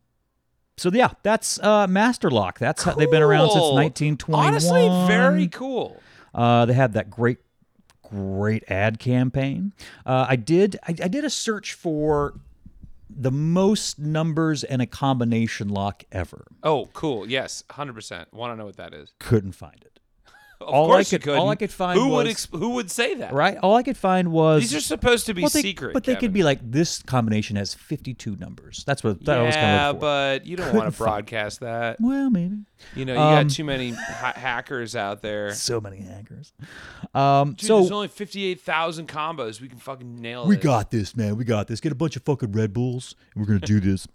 Speaker 1: So yeah, that's uh, Master Lock. That's how they've been around since
Speaker 2: Cool.
Speaker 1: 1921.
Speaker 2: Honestly, very cool.
Speaker 1: Uh, they had that great, great ad campaign. Uh, I did. I, I did a search for the most numbers and a combination lock ever.
Speaker 2: Oh, cool. Yes, hundred percent. Want to know what that is?
Speaker 1: Couldn't find it.
Speaker 2: Of
Speaker 1: All I
Speaker 2: course you
Speaker 1: could- all I
Speaker 2: couldn't.
Speaker 1: could find
Speaker 2: who would
Speaker 1: was-
Speaker 2: exp- who would say that?
Speaker 1: Right. All I could find was
Speaker 2: These are supposed to be
Speaker 1: well, they-
Speaker 2: secret.
Speaker 1: But they could be like this combination has fifty-two numbers. That's what that
Speaker 2: yeah,
Speaker 1: was kind of.
Speaker 2: but you don't want to broadcast that.
Speaker 1: well, maybe
Speaker 2: You know, you
Speaker 1: Um,
Speaker 2: got too many ha- hackers out there.
Speaker 1: so many hackers. Um,
Speaker 2: Dude,
Speaker 1: so
Speaker 2: there's only fifty-eight thousand combos. We can fucking nail
Speaker 1: We
Speaker 2: this.
Speaker 1: got this, man. We got this. Get a bunch of fucking Red Bulls, and we're gonna do
Speaker 2: <laughs>
Speaker 1: this.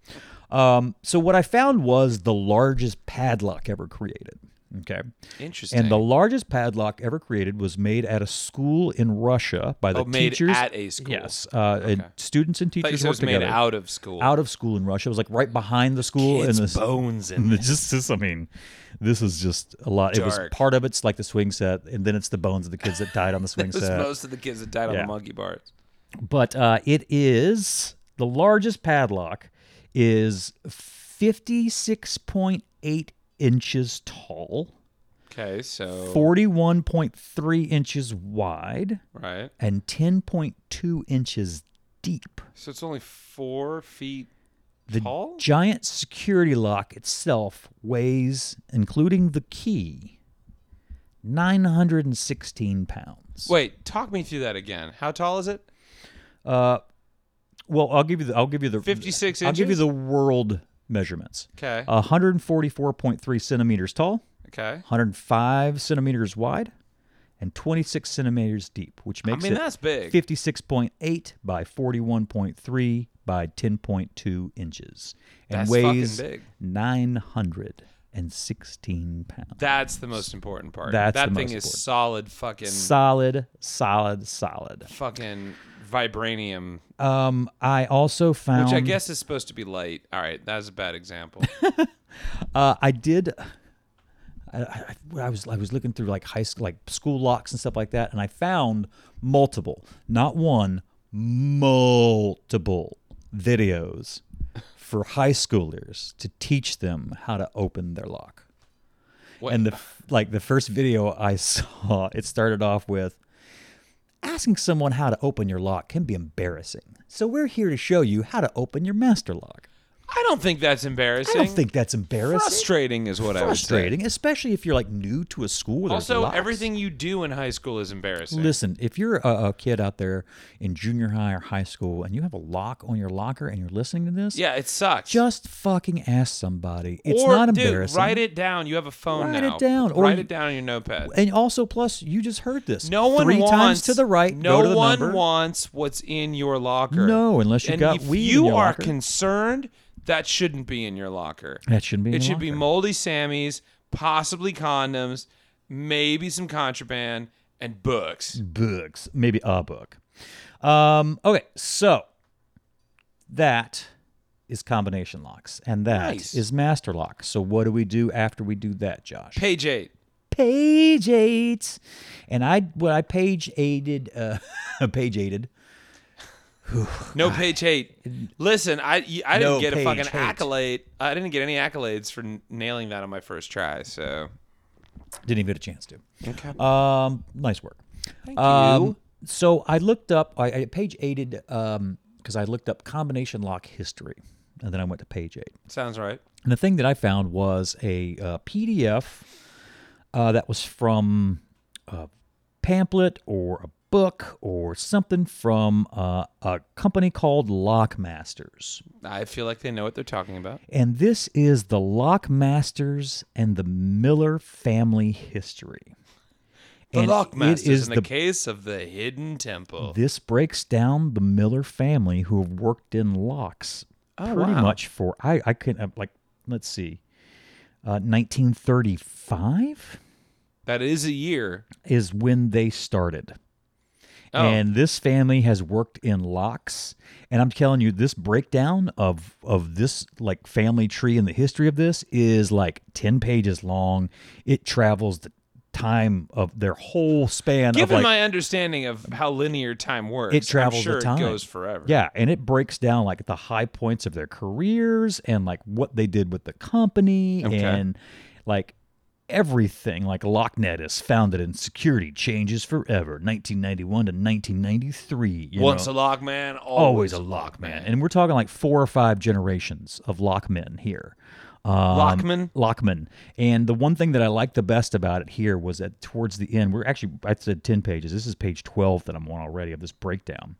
Speaker 1: um, so what I found was the largest padlock ever created. Okay,
Speaker 2: interesting.
Speaker 1: and the largest padlock ever created was made at a school in Russia by the
Speaker 2: oh, made
Speaker 1: teachers.
Speaker 2: at a school.
Speaker 1: Yes, uh, and students and
Speaker 2: But you
Speaker 1: teachers
Speaker 2: said it
Speaker 1: worked
Speaker 2: was made
Speaker 1: together
Speaker 2: out of school.
Speaker 1: out of school in Russia. It was like right behind the school
Speaker 2: Kids'
Speaker 1: and this
Speaker 2: bones
Speaker 1: <laughs>
Speaker 2: in
Speaker 1: and it's just this. I mean, this is just a lot. It was
Speaker 2: Dark.
Speaker 1: part of it's like the swing set, and then it's the bones of the kids that
Speaker 2: <laughs>
Speaker 1: died on the swing
Speaker 2: It was
Speaker 1: set.
Speaker 2: most of the kids that died on
Speaker 1: Yeah.
Speaker 2: the monkey bars.
Speaker 1: but uh, it is the largest padlock is 56.8 inches tall
Speaker 2: Okay, so
Speaker 1: 41.3 inches wide
Speaker 2: right.
Speaker 1: and 10.2 inches deep
Speaker 2: So it's only four feet
Speaker 1: the
Speaker 2: tall.
Speaker 1: giant security lock itself weighs including the key 916 pounds
Speaker 2: Wait, talk me through that again. How tall is it?
Speaker 1: uh, well i'll give you the i'll give you the
Speaker 2: 56
Speaker 1: i'll give you
Speaker 2: inches?
Speaker 1: the world measurements
Speaker 2: Okay.
Speaker 1: 144.3 centimeters tall,
Speaker 2: okay.
Speaker 1: 105 centimeters wide, and 26 centimeters deep, which
Speaker 2: I
Speaker 1: makes
Speaker 2: mean,
Speaker 1: it
Speaker 2: that's big.
Speaker 1: 56.8 by 41.3 by 10.2 inches, and
Speaker 2: That's fucking
Speaker 1: weighs
Speaker 2: big.
Speaker 1: 916 pounds.
Speaker 2: That's the most important part.
Speaker 1: That's
Speaker 2: that
Speaker 1: the
Speaker 2: thing
Speaker 1: most
Speaker 2: is
Speaker 1: important.
Speaker 2: solid fucking
Speaker 1: solid, solid, solid.
Speaker 2: fucking vibranium,
Speaker 1: Um, I also found
Speaker 2: which I guess is supposed to be light. All right, that's a bad example.
Speaker 1: Uh, I did. I, I, I was I was looking through like high school like school locks and stuff like that, and I found multiple, not one, multiple videos for high schoolers to teach them how to open their lock.
Speaker 2: What-
Speaker 1: And the f- like the first video I <laughs> saw, it started off with asking someone how to open your lock can be embarrassing. So we're here to show you how to open your master lock.
Speaker 2: I don't think that's
Speaker 1: I
Speaker 2: embarrassing.
Speaker 1: don't think that's embarrassing.
Speaker 2: frustrating is what I would say.
Speaker 1: Frustrating, especially if you're like new to a school. where there's
Speaker 2: Also,
Speaker 1: locks.
Speaker 2: everything you do in high school is embarrassing.
Speaker 1: Listen, if you're a, a kid out there in junior high or high school and you have a lock on your locker and you're listening to this,
Speaker 2: yeah, it sucks.
Speaker 1: just fucking ask somebody. It's
Speaker 2: or,
Speaker 1: not
Speaker 2: Dude,
Speaker 1: embarrassing.
Speaker 2: write it down. You have a phone
Speaker 1: Write it
Speaker 2: now.
Speaker 1: down, or
Speaker 2: write
Speaker 1: you-
Speaker 2: it down on your notepad.
Speaker 1: And also, plus, you just heard this.
Speaker 2: No one
Speaker 1: three
Speaker 2: wants
Speaker 1: times to the right.
Speaker 2: No
Speaker 1: go to the
Speaker 2: one
Speaker 1: number.
Speaker 2: wants what's in your locker.
Speaker 1: No, unless you
Speaker 2: and
Speaker 1: got
Speaker 2: if
Speaker 1: weed in
Speaker 2: you
Speaker 1: your
Speaker 2: are
Speaker 1: locker.
Speaker 2: concerned, that shouldn't be in your locker.
Speaker 1: That shouldn't be. in
Speaker 2: it
Speaker 1: your
Speaker 2: should be
Speaker 1: locker.
Speaker 2: moldy Sammys, possibly condoms, maybe some contraband, and books.
Speaker 1: books, maybe a book. Um, okay, so that is combination locks, and that is
Speaker 2: Nice.
Speaker 1: master lock. So what do we do after we do that, Josh?
Speaker 2: Page eight.
Speaker 1: page eight, and I what I page aided, uh, <laughs> page aided.
Speaker 2: No page eight. Listen, I y- I
Speaker 1: No
Speaker 2: didn't get a
Speaker 1: page
Speaker 2: fucking
Speaker 1: eight.
Speaker 2: accolade. I didn't get any accolades for n- nailing that on my first try. So
Speaker 1: Didn't even get a chance to.
Speaker 2: okay,
Speaker 1: Um, nice work. Thank
Speaker 2: you.
Speaker 1: So I looked up. I, I page aided um because I looked up combination lock history, and then I went to page eight.
Speaker 2: sounds right.
Speaker 1: And the thing that I found was a uh, PDF uh, that was from a pamphlet or a book or something from uh, a company called Lockmasters.
Speaker 2: I feel like they know what they're talking about.
Speaker 1: And this is the Lockmasters and the Miller family history.
Speaker 2: The
Speaker 1: And
Speaker 2: Lockmasters
Speaker 1: it is
Speaker 2: in the, case of the hidden temple.
Speaker 1: This breaks down the Miller family who have worked in locks pretty much for I I couldn't uh, like let's see, uh, 1935
Speaker 2: that is a year.
Speaker 1: is when they started.
Speaker 2: Oh.
Speaker 1: And uh, this family has worked in locks. And I'm telling you, this breakdown of of this like family tree and the history of this is like ten pages long. It travels the time of their whole span of
Speaker 2: Given
Speaker 1: like
Speaker 2: my understanding of how linear time works,
Speaker 1: it travels
Speaker 2: I'm sure
Speaker 1: the time.
Speaker 2: It goes forever.
Speaker 1: Yeah, and it breaks down like the high points of their careers and like what they did with the company
Speaker 2: Okay.
Speaker 1: and like everything. Like LockNet is founded in security changes forever, 1991 to 1993. You
Speaker 2: Once
Speaker 1: know?
Speaker 2: a lock man,
Speaker 1: always,
Speaker 2: always,
Speaker 1: a lock man, and we're talking like four or five generations of lockmen here. Um,
Speaker 2: Lockman?
Speaker 1: Lockman. And the one thing that I liked the best about it here was that towards the end, we're actually, I said 10 pages. This is page 12 that I'm on already of this breakdown.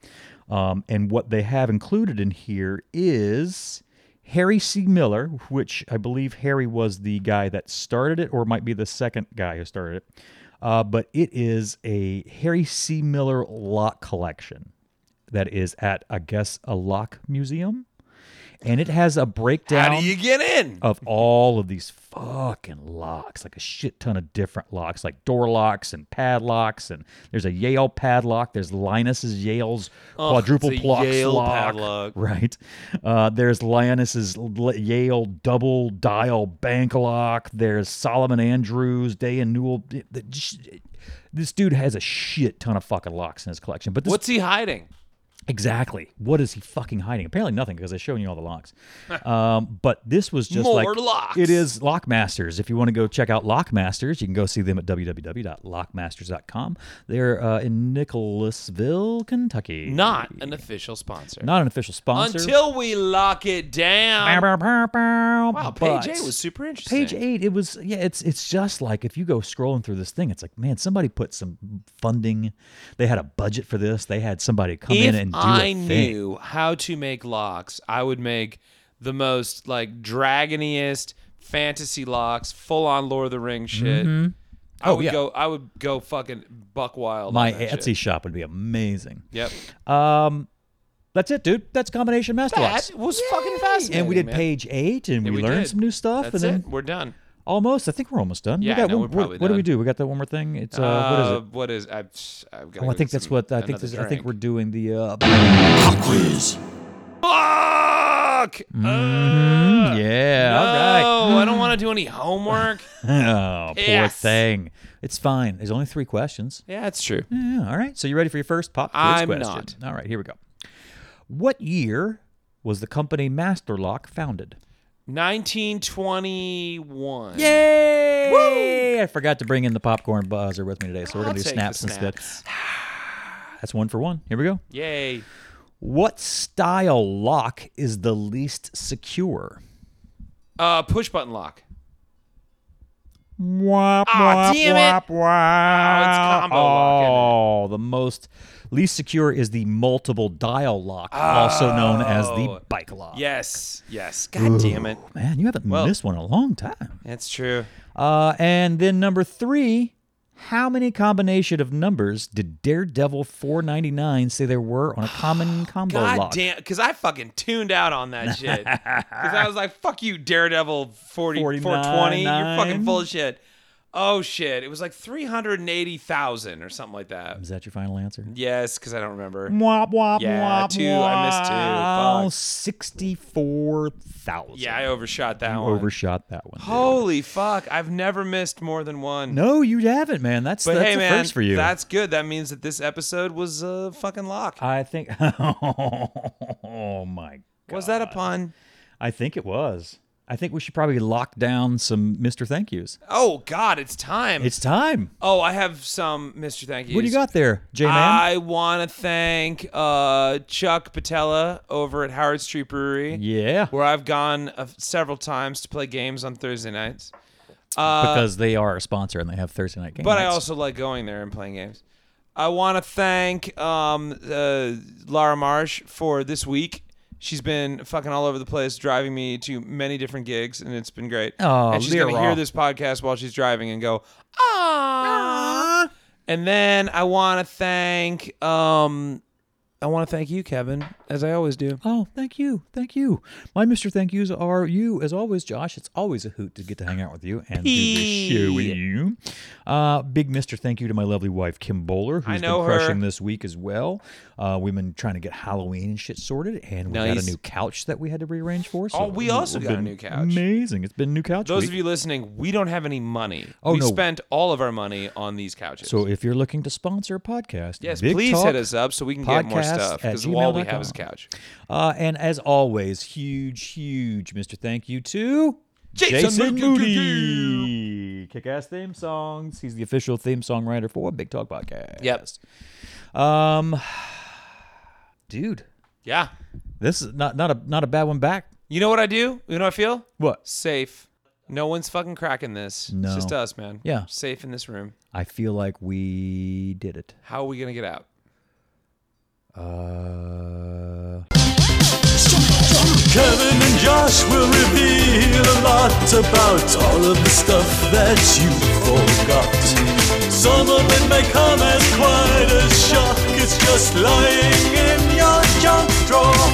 Speaker 1: Um, and what they have included in here is Harry C. Miller, which I believe Harry was the guy that started it, or might be the second guy who started it. Uh, but it is a Harry C. Miller lock collection that is at, I guess, a lock museum. And it has a breakdown
Speaker 2: How do you get in?
Speaker 1: of all of these fucking locks, like a shit ton of different locks, like door locks and padlocks. And there's a Yale padlock. There's Linus's Yale's quadruple
Speaker 2: it's a
Speaker 1: plox
Speaker 2: Yale
Speaker 1: lock,
Speaker 2: padlock.
Speaker 1: <laughs> right? Uh, there's Linus's L- Yale double dial bank lock. There's Solomon Andrews Day and Newell. This dude has a shit ton of fucking locks in his collection. But this
Speaker 2: What's he hiding?
Speaker 1: Exactly. What is he fucking hiding? Apparently nothing because they're showing you all the
Speaker 2: <laughs>
Speaker 1: locks. um, but this was just
Speaker 2: More
Speaker 1: like
Speaker 2: locks.
Speaker 1: it is Lockmasters. If you want to go check out Lockmasters, you can go see them at www.lockmasters.com. They're uh, in Nicholasville, Kentucky.
Speaker 2: Not an official sponsor.
Speaker 1: Not an official sponsor.
Speaker 2: Until we lock it
Speaker 1: Bow,
Speaker 2: down.
Speaker 1: bow, bow, bow.
Speaker 2: Wow, page
Speaker 1: But-
Speaker 2: eight was super interesting.
Speaker 1: Page eight, it was yeah. It's it's just like if you go scrolling through this thing, it's like man, somebody put some funding. They had a budget for this. They had somebody come
Speaker 2: If
Speaker 1: in and do
Speaker 2: I
Speaker 1: a thing.
Speaker 2: knew how to make locks, I would make the most like dragoniest fantasy locks, full on Lord of the Ring shit. I
Speaker 1: Oh,
Speaker 2: would
Speaker 1: yeah.
Speaker 2: go. I would go fucking buck wild.
Speaker 1: My
Speaker 2: on that
Speaker 1: Etsy
Speaker 2: Shit.
Speaker 1: shop would be amazing.
Speaker 2: Yep.
Speaker 1: Um, that's it, dude. That's combination master
Speaker 2: That
Speaker 1: locks.
Speaker 2: was fucking fascinating.
Speaker 1: And we did
Speaker 2: man.
Speaker 1: page eight, and
Speaker 2: Yeah,
Speaker 1: we,
Speaker 2: we
Speaker 1: learned
Speaker 2: did.
Speaker 1: some new stuff,
Speaker 2: That's
Speaker 1: and then
Speaker 2: it. We're done.
Speaker 1: almost. I think we're almost done.
Speaker 2: Yeah,
Speaker 1: we got
Speaker 2: no,
Speaker 1: one,
Speaker 2: we're probably
Speaker 1: what, what do we
Speaker 2: done.
Speaker 1: do? We got that one more thing. It's uh,
Speaker 2: Uh,
Speaker 1: what is it?
Speaker 2: what is? I've, s- I've got.
Speaker 1: Oh, I think that's
Speaker 2: <laughs>
Speaker 1: what I think. This, I think we're doing the. Uh,
Speaker 3: Quiz.
Speaker 2: we're. Fuck. Ugh.
Speaker 1: Yeah.
Speaker 2: No,
Speaker 1: All right.
Speaker 2: Oh,
Speaker 1: Hmm.
Speaker 2: I don't want to do any homework.
Speaker 1: <laughs> Oh, poor
Speaker 2: Yes.
Speaker 1: thing. It's fine. There's only three questions.
Speaker 2: yeah, it's true.
Speaker 1: <laughs> Yeah. All right. So you ready for your first pop quiz
Speaker 2: I'm
Speaker 1: question?
Speaker 2: not.
Speaker 1: All right. Here we go. What year was the company Master Lock founded?
Speaker 2: 1921.
Speaker 1: Yay! I forgot to bring in the popcorn buzzer with me today, so we're
Speaker 2: I'll
Speaker 1: gonna do
Speaker 2: take the
Speaker 1: snaps, instead.
Speaker 2: snaps.
Speaker 1: That's one for one. Here we go.
Speaker 2: Yay.
Speaker 1: What style lock is the least secure?
Speaker 2: Uh, push button lock.
Speaker 1: Womp,
Speaker 2: Ah, damn it.
Speaker 1: womp.
Speaker 2: Oh, it's combo lock.
Speaker 1: Oh, the most least secure is the multiple dial lock, also known as the
Speaker 2: Oh.
Speaker 1: bike lock.
Speaker 2: isn't it? Yes. Yes. God damn it.
Speaker 1: Man, you haven't missed one in a long time.
Speaker 2: That's true.
Speaker 1: Uh, and then number three, how many combination of numbers did Daredevil 499 say there were
Speaker 2: <sighs>
Speaker 1: on a common combo
Speaker 2: God
Speaker 1: lock?
Speaker 2: damn, because I fucking tuned out on that shit. Because I was like, fuck you, Daredevil 40, 420. You're fucking
Speaker 1: 49.
Speaker 2: full of shit. Oh shit. It was like 380,000 or something like that.
Speaker 1: Is that your final answer?
Speaker 2: Yes, because I don't remember.
Speaker 1: Womp, womp,
Speaker 2: Yeah,
Speaker 1: womp,
Speaker 2: two. I missed two.
Speaker 1: womp.
Speaker 2: Fuck.
Speaker 1: 64,000.
Speaker 2: Yeah, I overshot that one.
Speaker 1: Overshot that one. dude.
Speaker 2: Holy fuck. I've never missed more than one.
Speaker 1: No, you haven't, man. That's,
Speaker 2: But
Speaker 1: that's
Speaker 2: hey,
Speaker 1: a
Speaker 2: man,
Speaker 1: first for you.
Speaker 2: that's good. That means that this episode was a fucking lock.
Speaker 1: I think. <laughs> oh my!
Speaker 2: was that a pun?
Speaker 1: I think it was. I think we should probably lock down some Mr. Thank yous.
Speaker 2: Oh God, it's time.
Speaker 1: It's time.
Speaker 2: oh, I have some, Mister. Thank you.
Speaker 1: What do you got there, J man?
Speaker 2: I want to thank uh, Chuck Patella over at Howard Street Brewery,
Speaker 1: Yeah,
Speaker 2: where I've gone uh, several times to play games on Thursday nights.
Speaker 1: because they are a sponsor and they have Thursday night games.
Speaker 2: Uh, But I also like going there and playing games. I want to thank um, uh, Laura Marsh for this week. She's been fucking all over the place, driving me to many different gigs, and it's been great.
Speaker 1: Aw,
Speaker 2: and she's gonna
Speaker 1: Lyra.
Speaker 2: hear this podcast while she's driving and go, ah. And then I want to thank, um, I want to thank you, Kevin, as I always do.
Speaker 1: Oh, thank you, thank you. My Mr. Thank yous are you, as always, Josh. It's always a hoot to get to hang out with you and do this show with
Speaker 2: Pee.
Speaker 1: you. Uh, big Mr. Thank you to my lovely wife Kim Bowler, who's
Speaker 2: know
Speaker 1: been
Speaker 2: her.
Speaker 1: crushing this week as well. Uh, we've been trying to get Halloween and shit sorted, and we got
Speaker 2: Nice.
Speaker 1: a new couch that we had to rearrange for. So
Speaker 2: Oh, we
Speaker 1: it's
Speaker 2: also got a
Speaker 1: been
Speaker 2: new couch.
Speaker 1: Amazing! It's been new couch
Speaker 2: Those
Speaker 1: week.
Speaker 2: of you listening, we don't have any money.
Speaker 1: Oh,
Speaker 2: we
Speaker 1: no.
Speaker 2: spent all of our money on these couches.
Speaker 1: so if you're looking to sponsor a podcast,
Speaker 2: Yes,
Speaker 1: Big
Speaker 2: please
Speaker 1: Talk,
Speaker 2: hit us up so we can get more
Speaker 1: podcast
Speaker 2: stuff
Speaker 1: at
Speaker 2: because all we
Speaker 1: gmail.com.
Speaker 2: have is couch.
Speaker 1: Uh, and as always, huge, huge Mr. Thank you to
Speaker 2: Jason Moody.
Speaker 1: Kick ass theme songs. He's the official theme songwriter for Big Talk Podcast.
Speaker 2: Yep.
Speaker 1: Um, dude,
Speaker 2: Yeah.
Speaker 1: this is not, not, a, not a bad one back.
Speaker 2: You know what I do? You know what I feel?
Speaker 1: What?
Speaker 2: Safe. No one's fucking cracking this.
Speaker 1: No.
Speaker 2: It's just us, man.
Speaker 1: Yeah.
Speaker 2: Safe in this room.
Speaker 1: I feel like we did it.
Speaker 2: How are we gonna get out?
Speaker 1: Uh,
Speaker 3: Kevin and Josh will reveal a lot about all of the stuff that you forgot. Some of it may come as quite a shock, it's just lying in your junk drawer.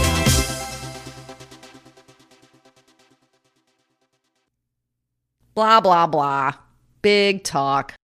Speaker 5: Blah, blah, blah. Big talk.